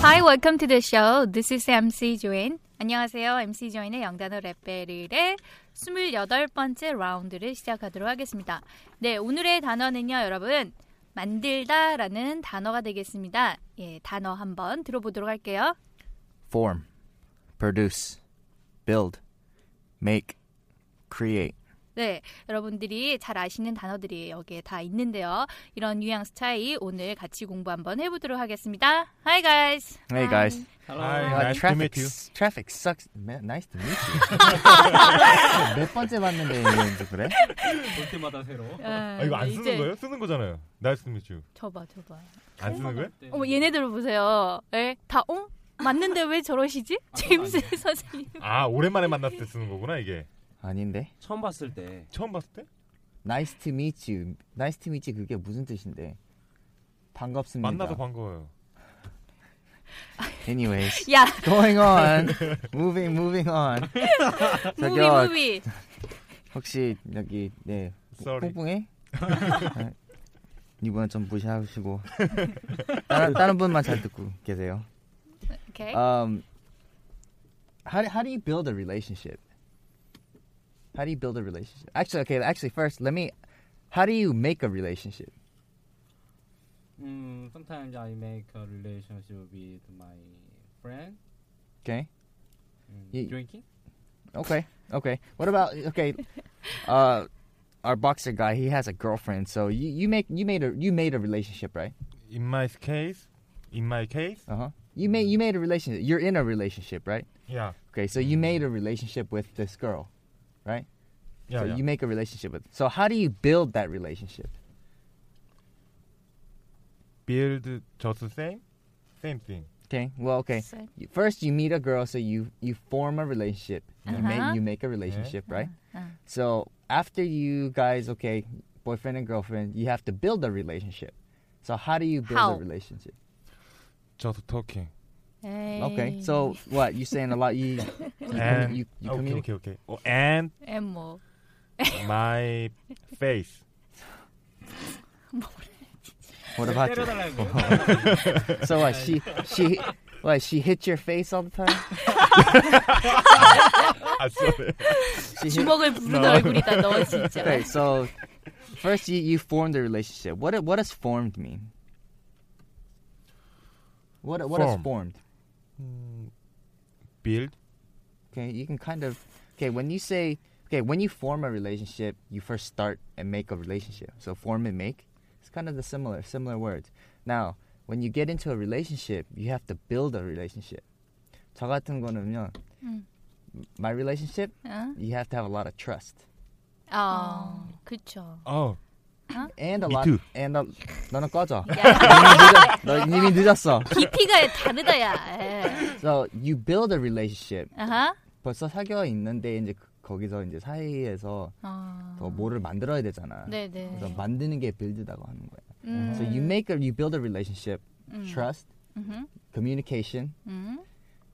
Hi, welcome to the show. This is MC Joanne. 안녕하세요. MC 조인의 영단어 랩벨의 28번째 라운드를 시작하도록 하겠습니다. 네, 오늘의 단어는요, 여러분. 만들다 라는 단어가 되겠습니다. 예, 단어 한번 들어보도록 할게요. form, produce, build, make, create. 네, 여러분들이 잘 아시는 단어들이 여기에 다 있는데요. 이런 뉘앙스 차이 오늘 같이 공부 한번 해보도록 하겠습니다. Hi, guys. Hey guys, 아, Hi, nice to 아, traffic, meet you. traffic sucks. Man, nice to meet you. 몇 번째 봤는데 이제 그래? 아, 이거 어, 네, 안 쓰는 거예요? 쓰는 거잖아요. Nice to meet you. 저봐, 저봐. 안 쓰는 거예요? 어머 얘네들 보세요. 에? 다 어? 맞는데 왜 저러시지? 아, 제임스 선생님. 아, 오랜만에 만났을 때 쓰는 거구나, 이게. 아닌데. 처음 봤을 때 처음 봤을 때? Nice to meet you. Nice to meet you 그게 무슨 뜻인데? 반갑습니다. 만나서 반가워요. Anyways, 야, going on, moving, moving on. 무비 저기요. 무비. 혹시 여기 네 Sorry. 뽕뽕해? 아, 이번엔 좀 무시하시고 다른, 다른 분만 잘 듣고 계세요. 오케이. Um, how do, how do you build a relationship? How do you build a relationship? Actually, okay. Actually, first, let me. How do you make a relationship? 음, sometimes I make a relationship with my friend. Okay. 음, 예. drinking? Okay. Okay. What about okay? Uh, our boxer guy, he has a girlfriend. So you, you make you made a you made a relationship, right? In my case, in my case. Uh huh. You made you made a relationship. You're in a relationship, right? Yeah. Okay. So you made a relationship with this girl, right? Yeah. so yeah. you make a relationship with. So how do you build that relationship? build just the same? Same thing. Okay. Well, okay. Same. You- First, you meet a girl, so you you form a relationship. You Uh-huh. make you make a relationship, right? So after you guys, okay, boyfriend and girlfriend, you have to build a relationship. So how do you build How? a relationship? Just talking. 에이. Okay. So what you saying a lot? You you, commu- And you, you Eh. okay, communicate. okay, okay. Oh, and 엠 뭐. my face. What about you? 때려달라고요? So what? She she what? She hit your face all the time. 아, sorry. She hit. 주먹을 부르는 No. 얼굴이다 너 진짜. Okay. So first, you you formed a relationship. What what does formed mean? What what does Form. formed? 음, build Okay, you can kind of okay when you say okay when you form a relationship, you first start and make a relationship. So form and make, it's kind of the similar similar words. Now, when you get into a relationship, you have to build a relationship. 저 같은 거는요, my relationship, 어? you have to have a lot of trust 어, 그쵸. 어, and a Me lot too. and a, 너는 꺼져. 야, 너 이미 늦었어. 깊이가 다르다야. 에. So you build a relationship. 아하. 벌써 사귀어 있는데 이제 그- 거기서 이제 사이에서 어. 더 뭐를 만들어야 되잖아. 네네. 그래서 만드는 게 빌드라고 하는 거예요. 음. So you make a you build a relationship, 음. trust, 음. communication, 음.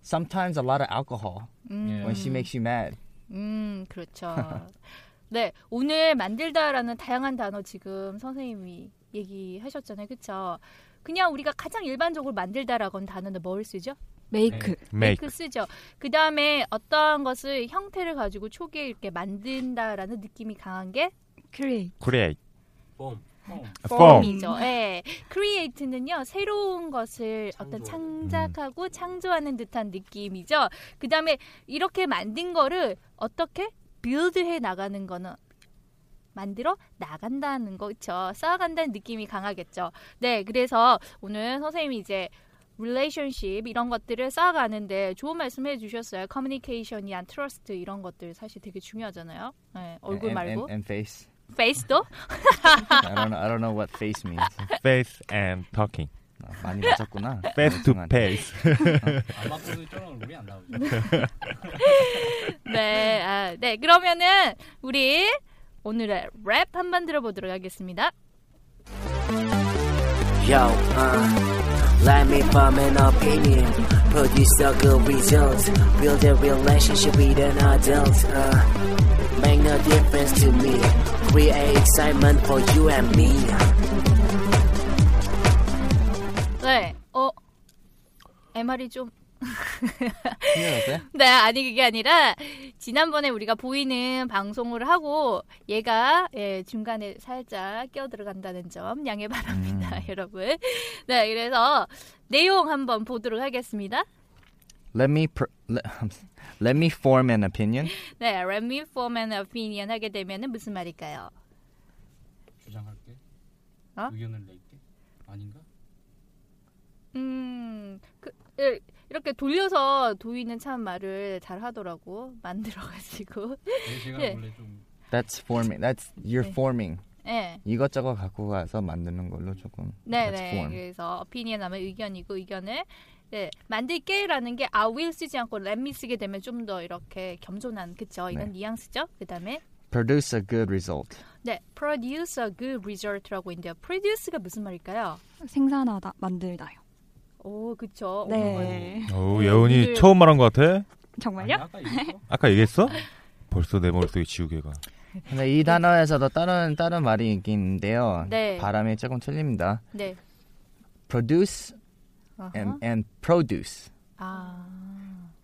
sometimes a lot of alcohol 음. when she makes you mad. 음, 그렇죠. 네, 오늘 만들다라는 다양한 단어 지금 선생님이 얘기하셨잖아요. 그쵸? 그냥 우리가 가장 일반적으로 만들다라고 하는 단어는 뭘 쓰죠? 메이크. 네. make. 그 쓰죠. 그 다음에 어떠한 것을 형태를 가지고 초기에 이렇게 만든다라는 느낌이 강한 게 크리에이트. create. 봄. form. 폼이죠. 예. create는요 새로운 것을 어떤 창작하고 창조하는 듯한 느낌이죠. 그 다음에 이렇게 만든 거를 어떻게 build해 나가는 거는 만들어 나간다는 거죠. 쌓아간다는 느낌이 강하겠죠. 네, 그래서 오늘 선생님이 이제 relationship 이런 것들을 쌓아가는데 좋은 말씀해 주셨어요. 커뮤니케이션이란 트러스트 이런 것들 사실 되게 중요하잖아요. 네, 얼굴 and, 말고 and, and face. 페이스도 I don't know. I don't know what face means. Face and talking. 아, 많이 맞았구나. Face to 죄송한데. face. 아마도 저런 얼굴이 안 나오죠. 네, 아, 네. 그러면은 우리 오늘의 랩 한번 들어보도록 하겠습니다. Yo, uh, let me form an opinion. Produce a good result. Build a relationship with an adult. Uh, make no difference to me. Create excitement for you and me. 네, 어, MR이 좀. 이해됐어요? 네, 아니 그게 아니라 지난번에 우리가 보이는 방송을 하고 얘가 예, 중간에 살짝 끼어 들어간다는 점 양해 바랍니다, 여러분. 네, 그래서 내용 한번 보도록 하겠습니다. Let me per, let, let me form an opinion. 네, let me form an opinion 하게 되면은 무슨 말일까요? 주장할게. 어? 의견을 낼게. 아닌가? 음, 그, 예, 이렇게 돌려서 도희는 참 말을 잘 하더라고. 만들어가지고. 네, 제가 예. 원래 좀 That's forming. That's you're 네. forming. 예. 이것저것 갖고 가서 만드는 걸로 조금. That's 네네. 예. form. 그래서 opinion 하면 의견이고 의견을 예, 만들게라는 게 I will 쓰지 않고 let me 쓰게 되면 좀 더 이렇게 겸손한 그쵸? 이런 네. 뉘앙스죠. 그 다음에 Produce a good result. 네, produce a good result라고 있는데요. produce가 무슨 말일까요? 생산하다 만들다요. 오, 그쵸. 네. 오, 오늘- 어, 예원이 처음 말한 것 같아. 아니, 정말요? 아까 이거 아까 얘기했어? 벌써 내 머릿속에 지우개가. 네. 근데 이 단어에서도 다른 다른 말이 있긴데요. 네. 발음이 조금 틀립니다. 네. Produce 아하. and and produce. 아,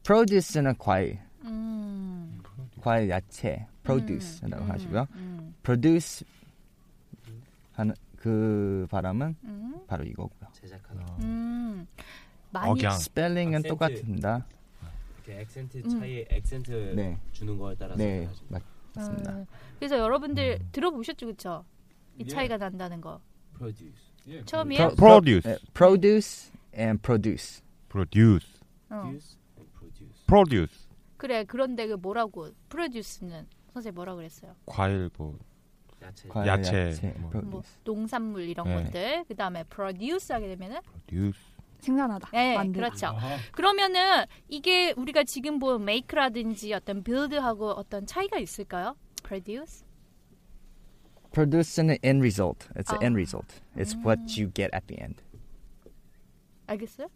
Produce는 과일, 음. 과일 야채. Produce라고 음, 하시고요. 음, Produce 하는 그 발음은 음. 바로 이거고요. 음, 많이 억양. 아, 스펠링은 악센트. 똑같습니다. 이렇게 액센트 음. 차이에 액센트 네, 주는 거에 따라서 네, 달라집니다. 맞- 맞습니다. 아, 그래서 여러분들 들어보셨죠, 그쵸? 이 예. 차이가 난다는 거 produce 예, 처음이에요. Pro- Produce. 네, produce and produce. Produce. 어. produce and produce Produce. 그래, 그런데 그 뭐라고 프로듀스는 선생 님 뭐라 그랬어요? 과일 뭐 야채 과일, 야채, 뭐. produce. 뭐 농산물 이런 네. 것들 그 다음에 프로듀스 하게 되면은 produce. 생산하다. 네, 만들다. 그렇죠. 그러면은 이게 우리가 지금 본 make라든지 어떤 build하고 어떤 차이가 있을까요? produce? Produce an end result. It's 아. an end result. It's what you get at the end. 알겠어요?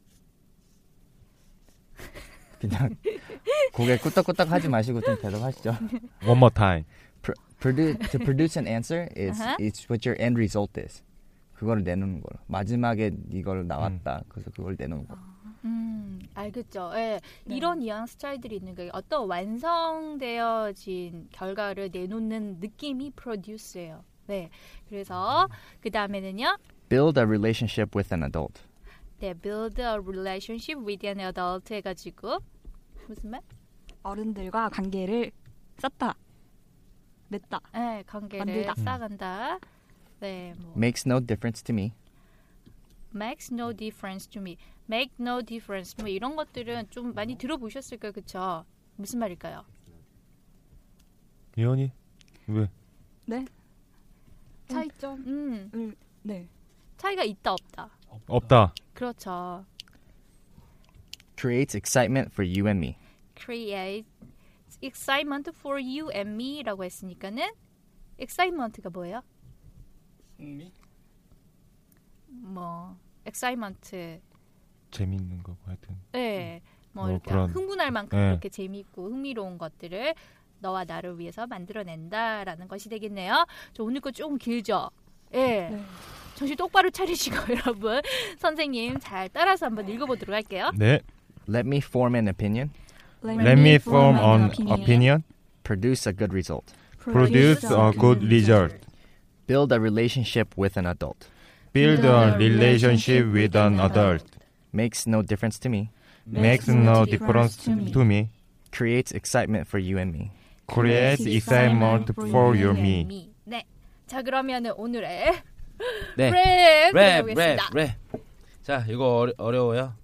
그냥 고개 끄덕끄덕 하지 마시고 좀 대답하시죠. One more time. Pro- Produce to produce an answer is 아하. it's what your end result is. 그거를 내놓는 거. 마지막에 이걸 나왔다. 그래서 그걸 내놓는 거. 음, 알겠죠. 예. 네. 이런 뉘앙스 차이들이 있는 거예요. 어떤 완성되어진 결과를 내놓는 느낌이 프로듀스예요. 네. 음. 그래서 그 다음에는요. Build a relationship with an adult. 네, build a relationship with an adult 해가지고 무슨 말? 어른들과 관계를 쌓다. 맺다. 네, 관계를 만들다. 쌓아간다. 네, 뭐 Makes no difference to me. makes no difference to me, make no difference 뭐 이런 것들은 좀 많이 들어보셨을 거예요, 그렇죠? 무슨 말일까요? 예원이 왜? 네. 차이점. 음, 을- 네. 차이가 있다 없다. 없다. 그렇죠. Creates excitement for you and me. create excitement for you and me라고 했으니까는 excitement가 뭐예요? 흥미? 뭐 excitement 재밌는 거고 하여튼. 예. 뭐 뭐 이렇게 그런- 흥분할 만큼 예. 이렇게 재미있고 흥미로운 것들을 너와 나를 위해서 만들어낸다라는 것이 되겠네요. 저 오늘 거 좀 길죠? 예. 네. 정신 똑바로 차리시고 여러분 선생님 잘 따라서 한번 읽어보도록 할게요. 네. Let me form an opinion. Let me form an an opinion. Produce a good result. Produce a good result. build a relationship with an adult. Build a relationship with an adult. Makes no difference to me. Makes no difference to me. Creates excitement for you and me. Creates excitement for you and me. 네. 자 그러면은 오늘의 네. 랩 랩, 랩, 해보겠습니다. 랩. 자, 이거 어려, 어려워요?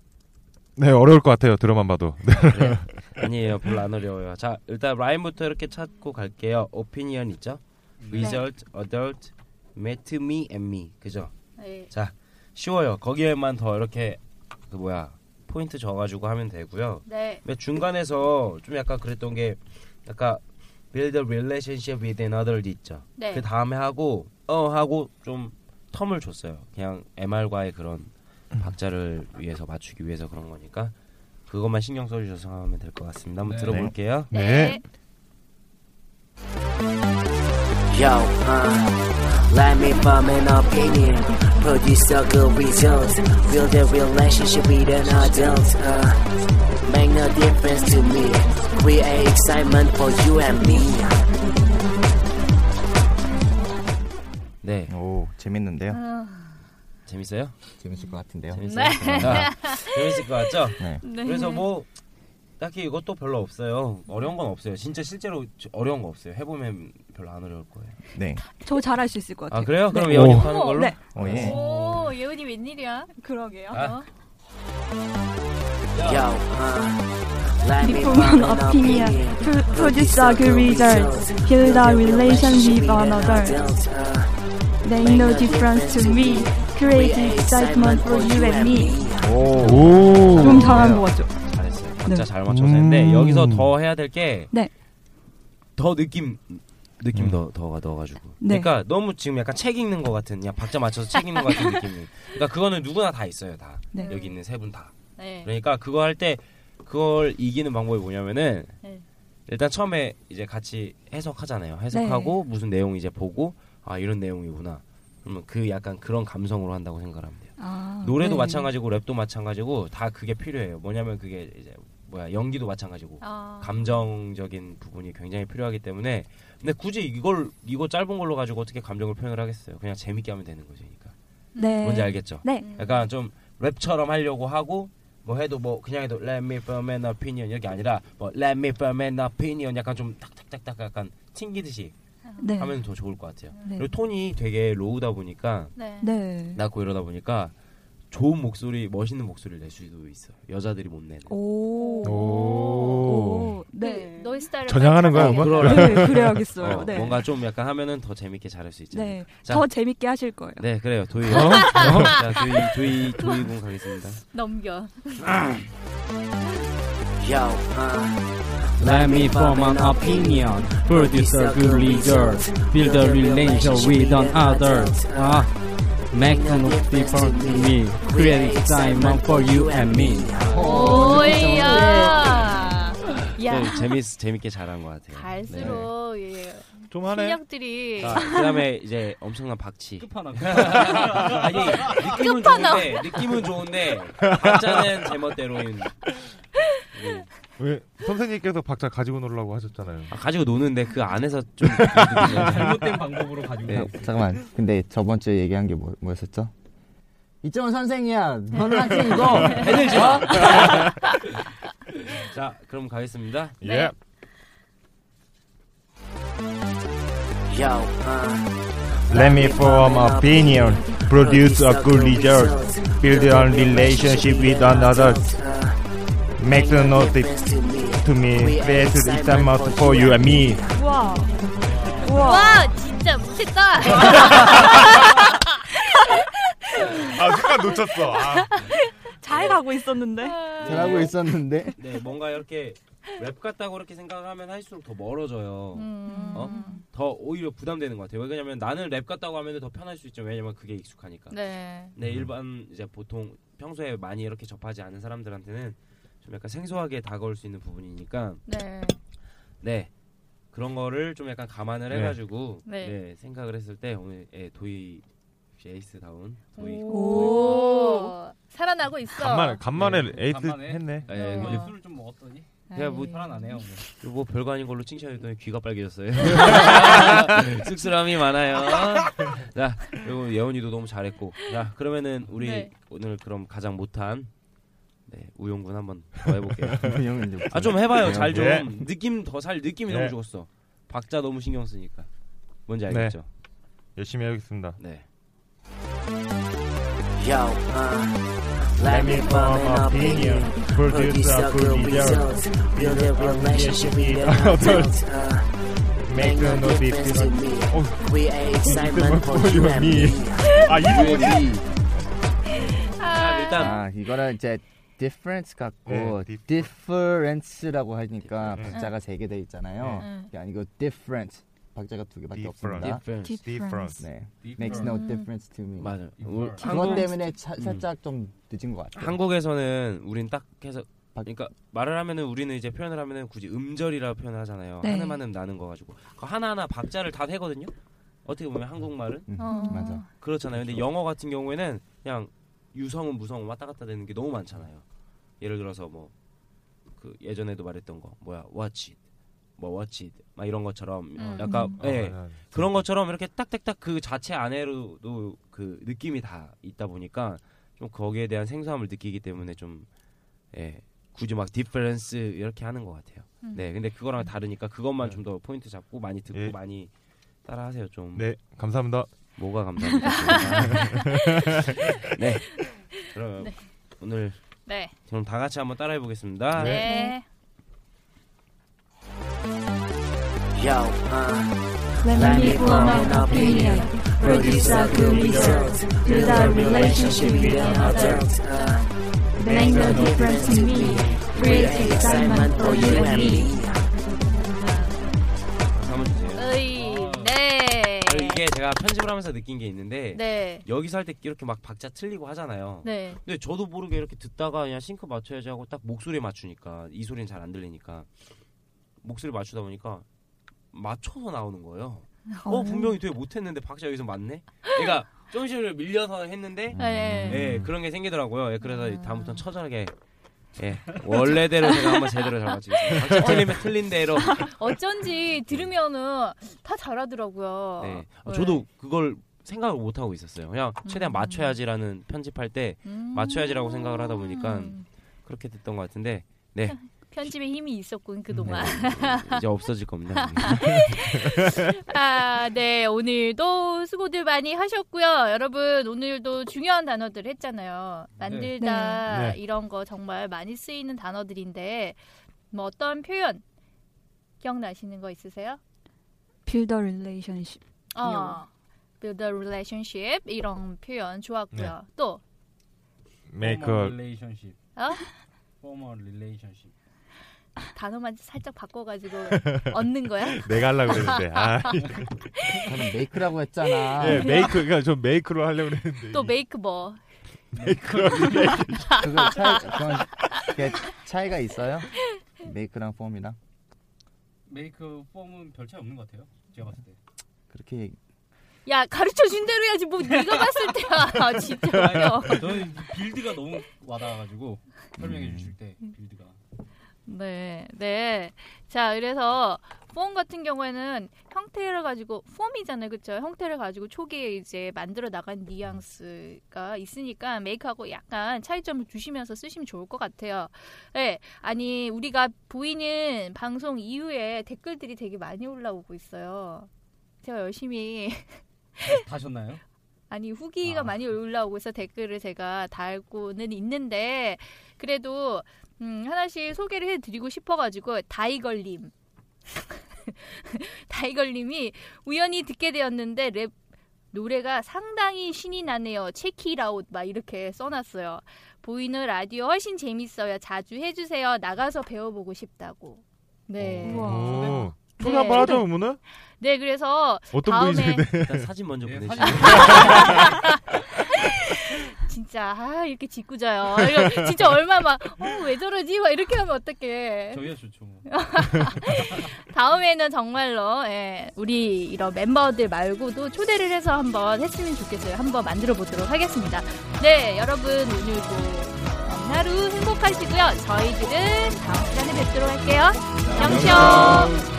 네 어려울 것 같아요 들어만 봐도 네. 아니에요, 별로 안 어려워요. 자, 일단 라인부터 이렇게 찾고 갈게요. 오피니언 있죠? 음. Result, adult, met me and me. 그죠? 네. 자, 쉬워요. 거기에만 더 이렇게 그 뭐야 포인트 줘가지고 하면 되고요. 네. 근데 중간에서 좀 약간 그랬던 게 약간 build a relationship with another 있죠. 네. 그 다음에 하고 어 하고 좀 텀을 줬어요. 그냥 MR과의 그런 박자를 위해서 맞추기 위해서 그런 거니까 그것만 신경 써주셔서 하면 될 것 같습니다. 한번 네. 들어볼게요. 네. Yo, uh, let me form an opinion. Produce a good result. Build a relationship with an adult. Uh, make no difference to me. Create excitement for you and me. 네. 오 재밌는데요. 재밌어요? 재밌을 것 같은데요. 아. 재밌어요? 네. 아, 재밌을 것 같죠? 네. 네. 그래서 뭐 딱히 이것도 별로 없어요. 어려운 건 없어요. 진짜 실제로 어려운 거 없어요. 해보면 별로 안 어려울 거예요. 네. 저 잘할 수 있을 것 같아요. 아 그래요? 그럼 네. 예원이 오. 하는 걸로? 네. 오 예. 어. 오 예은이 웬일이야? 그러게요. 아. Yo, uh, let me Form form an an opinion. opinion. Pro- Produce a good result. Build a relationship with an adult. uh, Make no difference to me. Create excitement for you and me. 오. 좀 잘한 것 같죠? 잘했어요. 박자 잘 맞춰서 했는데 음. 여기서 더 해야 될 게 더 네. 느낌 느낌 음. 더 더가 넣어가지고. 네. 그러니까 너무 지금 약간 책 읽는 것 같은, 그냥 박자 맞춰서 책 읽는 것 같은 느낌이. 그러니까 그거는 누구나 다 있어요, 다 네. 여기 있는 세 분 다. 네. 그러니까 그거 할 때 그걸 이기는 방법이 뭐냐면은 네. 일단 처음에 이제 같이 네. 해석하잖아요. 해석하고 무슨 내용 이제 보고 아 이런 내용이구나. 그러면 그 약간 그런 감성으로 한다고 생각하면 돼요. 아, 노래도 네. 마찬가지고 랩도 마찬가지고 다 그게 필요해요. 뭐냐면 그게 이제 뭐야 연기도 마찬가지고 아. 감정적인 부분이 굉장히 필요하기 때문에 근데 굳이 이걸 이거 짧은 걸로 가지고 어떻게 감정을 표현을 하겠어요? 그냥 재밌게 하면 되는 거죠. 그러니까 네. 뭔지 알겠죠? 네. 약간 좀 랩처럼 하려고 하고 뭐 해도 뭐 그냥 해도 Let me form an opinion 이게 아니라 뭐 Let me form an opinion 약간 좀 딱딱딱딱 약간 튕기듯이 네. 하면 더 좋을 것 같아요. 네. 그리고 톤이 되게 로우다 보니까 네. 네. 낮고 이러다 보니까 좋은 목소리, 멋있는 목소리를 낼 수도 있어. 여자들이 못 내는. 오. 오. 오. 네. 너의 스타일을 전향하는 거야, 맞춰서 음악? 그러라. 네, 그래야겠어요. 어, 네. 뭔가 좀 약간 하면은 더 재밌게 잘할 수 있잖아요. 네. 자. 더 재밌게 하실 거예요. 네, 그래요. 도희. 어? 자, 도희, 도희, 도희군 가겠습니다. 넘겨. Yo, uh, Let me form an opinion, produce a good result, build a relationship with an other. Ah, make no difference to me, create excitement for you and me. 오이야. 좀 야. 네, 재밌 재밌게 잘한 것 같아요. 갈수록 예. 좀 하네. 실력들이 자, 그다음에 이제 엄청난 박치. 끝판왕. 아니 느낌은 좋은데 느낌은 좋은데 박자는 제멋대로인. 네. 왜 선생님께서 박자 가지고 놀라고 하셨잖아요. 아, 가지고 노는데 그 안에서 좀 네. 잘못된 방법으로 가지고 자, 어, 잠깐만. 근데 저번 주에 얘기한 게 뭐, 뭐였었죠? 이정은 선생이야. 너는 한테 이거 해들지 마. 어, 자, 그럼 가겠습니다. 예. yo, uh, Let me form an opinion, produce a good result, build a uh, relationship with another, make no difference to me, create excitement for you and me. 우와. 우와. 와 진짜 못했다. 아 순간 놓쳤어. 아. 잘 가고 있었는데. 잘하고 있었는데. 네, 뭔가 이렇게 랩 같다고 그렇게 생각하면 할수록 더 멀어져요. 어? 더 오히려 부담되는 것 같아요. 왜냐면 나는 랩 같다고 하면 더 편할 수 있죠. 왜냐면 그게 익숙하니까. 네. 네 일반 이제 보통 평소에 많이 이렇게 접하지 않은 사람들한테는 좀 약간 생소하게 다가올 수 있는 부분이니까 네. 네 그런 거를 좀 약간 감안을 네. 해가지고 네. 네. 생각을 했을 때 오늘 예, 도희 에이스 다운 도희 오. 살아나고 있어. 간만에 간만에 네. 에이트 간만에. 했네. 예, 어. 그- 술을 좀 먹었더니 그냥 뭐 살아나네요. 뭐. 별거 아닌 걸로 칭찬했더니 귀가 빨개졌어요. 쑥스러움이 많아요. 자, 그리고 예원이도 너무 잘했고. 자, 그러면은 우리 네. 오늘 그럼 가장 못한 네, 우영군 한번 더 해볼게요. 우영은 이제 아 좀 해봐요. 잘 좀 네. 느낌 더 살 느낌이 네. 너무 좋았어. 박자 너무 신경 쓰니까. 뭔지 알겠죠? 열심히 해야겠습니다. 네. Yo, uh, let me form an opinion, produce a good result, build a relationship with an adult. Uh, make no difference to me, create excitement for you and me. 아, 이 부분이 아, 일단 아 이거는 이제 difference 같고 네, difference라고 하니까 박자가 세 개 돼 있잖아요. 네. 그게 아니고 different 박자가 두 개밖에 아, 없습니다. difference. difference. 네, makes no difference to me. 맞아. 요 음. 그것 때문에 차- 살짝 좀 늦은 것 같아요. 한국에서는 우린 딱 해서 박- 그러니까 말을 하면은 우리는 이제 표현을 하면은 굳이 음절이라 표현을 하잖아요. 네. 한음 한음 나는 거 가지고 그 하나 하나 박자를 다 세거든요. 어떻게 보면 한국말은 음, 어. 맞아. 그렇잖아요. 근데 영어 같은 경우에는 그냥 유성음 무성음 왔다 갔다 되는 게 너무 많잖아요. 예를 들어서 뭐 그 예전에도 말했던 거 뭐야 watch it 뭐 watch it 막 이런 것처럼 음. 약간 아, 예 아, 그런 것처럼 이렇게 딱딱딱 그 자체 안에로도 그 느낌이 다 있다 보니까 좀 거기에 대한 생소함을 느끼기 때문에 좀 예, 굳이 막 디퍼런스 이렇게 하는 것 같아요. 음. 네, 근데 그거랑 다르니까 그것만 네. 좀 더 포인트 잡고 많이 듣고 예. 많이 따라하세요. 좀 네, 감사합니다. 뭐가 감사합니다. 네, 그럼 오늘 네. 그럼 다 같이 한번 따라해 보겠습니다. 네. Yo, uh, Let me form an opinion, produce a good result, build a relationship with an adult. adult. Uh, 네. Make no difference to me, create excitement for you and me. 박수 한번 주세요. 으이. 네. 그리고 이게 제가 편집을 하면서 느낀 게 있는데 네. 여기서 할 때 이렇게 막 박자 틀리고 하잖아요. 네. 근데 저도 모르게 이렇게 듣다가 그냥 싱크 맞춰야지 하고 딱 목소리에 맞추니까 이 소리는 잘 안 들리니까 목소리 맞추다 보니까 맞춰서 나오는 거예요. 어, 분명히 되게 못했는데 박자 여기서 맞네. 그러니까 조금씩 밀려서 했는데 네. 예 그런 게 생기더라고요. 예, 그래서 다음부터는 처절하게 예 원래대로 제가 한번 제대로 잘 맞추겠습니다. 박자 틀리면 틀린 대로. 어쩐지 들으면은 다 잘하더라고요. 네. 아, 네. 저도 그걸 생각을 못 하고 있었어요. 그냥 최대한 음. 맞춰야지라는 편집할 때 음. 맞춰야지라고 생각을 하다 보니까 그렇게 됐던 것 같은데 네 편집에 힘이 있었군 그동안. 네, 이제 없어질 겁니다. 아, 네. 오늘도 수고들 많이 하셨고요. 여러분, 오늘도 중요한 단어들 했잖아요. 만들다 네. 네. 이런 거 정말 많이 쓰이는 단어들인데 뭐 어떤 표현 기억나시는 거 있으세요? Build a relationship. 어. build a relationship 이런 표현 좋았고요. 네. 또 make Formal a relationship. 어? Formal relationship. 단어만 살짝 바꿔 가지고 얻는 거야? 내가 하려고 그랬는데. 아, 저는 make라고 했잖아. 예, 메이크 그러니까 저 메이크로 하려고 그랬는데. 또 make 뭐. 그거 차이, 그건 그게 차이가 있어요? make랑 form이랑 메이크 폼은 별 차이 없는 것 같아요. 제가 봤을 때. 그렇게 얘기- 야, 가르쳐 준 대로 해야지 뭐 네가 봤을 때야. 아, 진짜요. 저는 빌드가 너무 와닿아가지고 음. 설명해 주실 때 빌드가. 네, 네. 자, 그래서 폼 같은 경우에는 형태를 가지고 폼이잖아요, 그렇죠? 형태를 가지고 초기에 이제 만들어 나간 뉘앙스가 있으니까 메이크하고 약간 차이점을 주시면서 쓰시면 좋을 것 같아요. 네, 아니 우리가 보이는 방송 이후에 댓글들이 되게 많이 올라오고 있어요. 제가 열심히 다셨나요? 아니 후기가 아. 많이 올라오고 있어 댓글을 제가 달고는 있는데 그래도 음, 하나씩 소개를 해드리고 싶어가지고 다이걸님 다이걸님이 우연히 듣게 되었는데 랩 노래가 상당히 신이 나네요. 체키라웃 막 이렇게 써놨어요. 보이는 라디오 훨씬 재밌어요. 자주 해주세요. 나가서 배워보고 싶다고. 네. 어. 우와. 오. 네. 초대 한번 하죠, 그러면은? 네 그래서 어떤 다음에 분이신데? 일단 사진 먼저 네, 보내주세요. 사진 진짜 아 이렇게 짓궂어요. 이거 진짜 얼마 막어왜 저러지? 막 이렇게 하면 어떡해. 저희가 좋죠. 뭐. 다음에는 정말로 예, 우리 이런 멤버들 말고도 초대를 해서 한번 했으면 좋겠어요. 한번 만들어 보도록 하겠습니다. 네, 여러분 오늘도 어, 좋은 하루 행복하시고요. 저희들은 다음 시간에 뵙도록 할게요. 영쇼!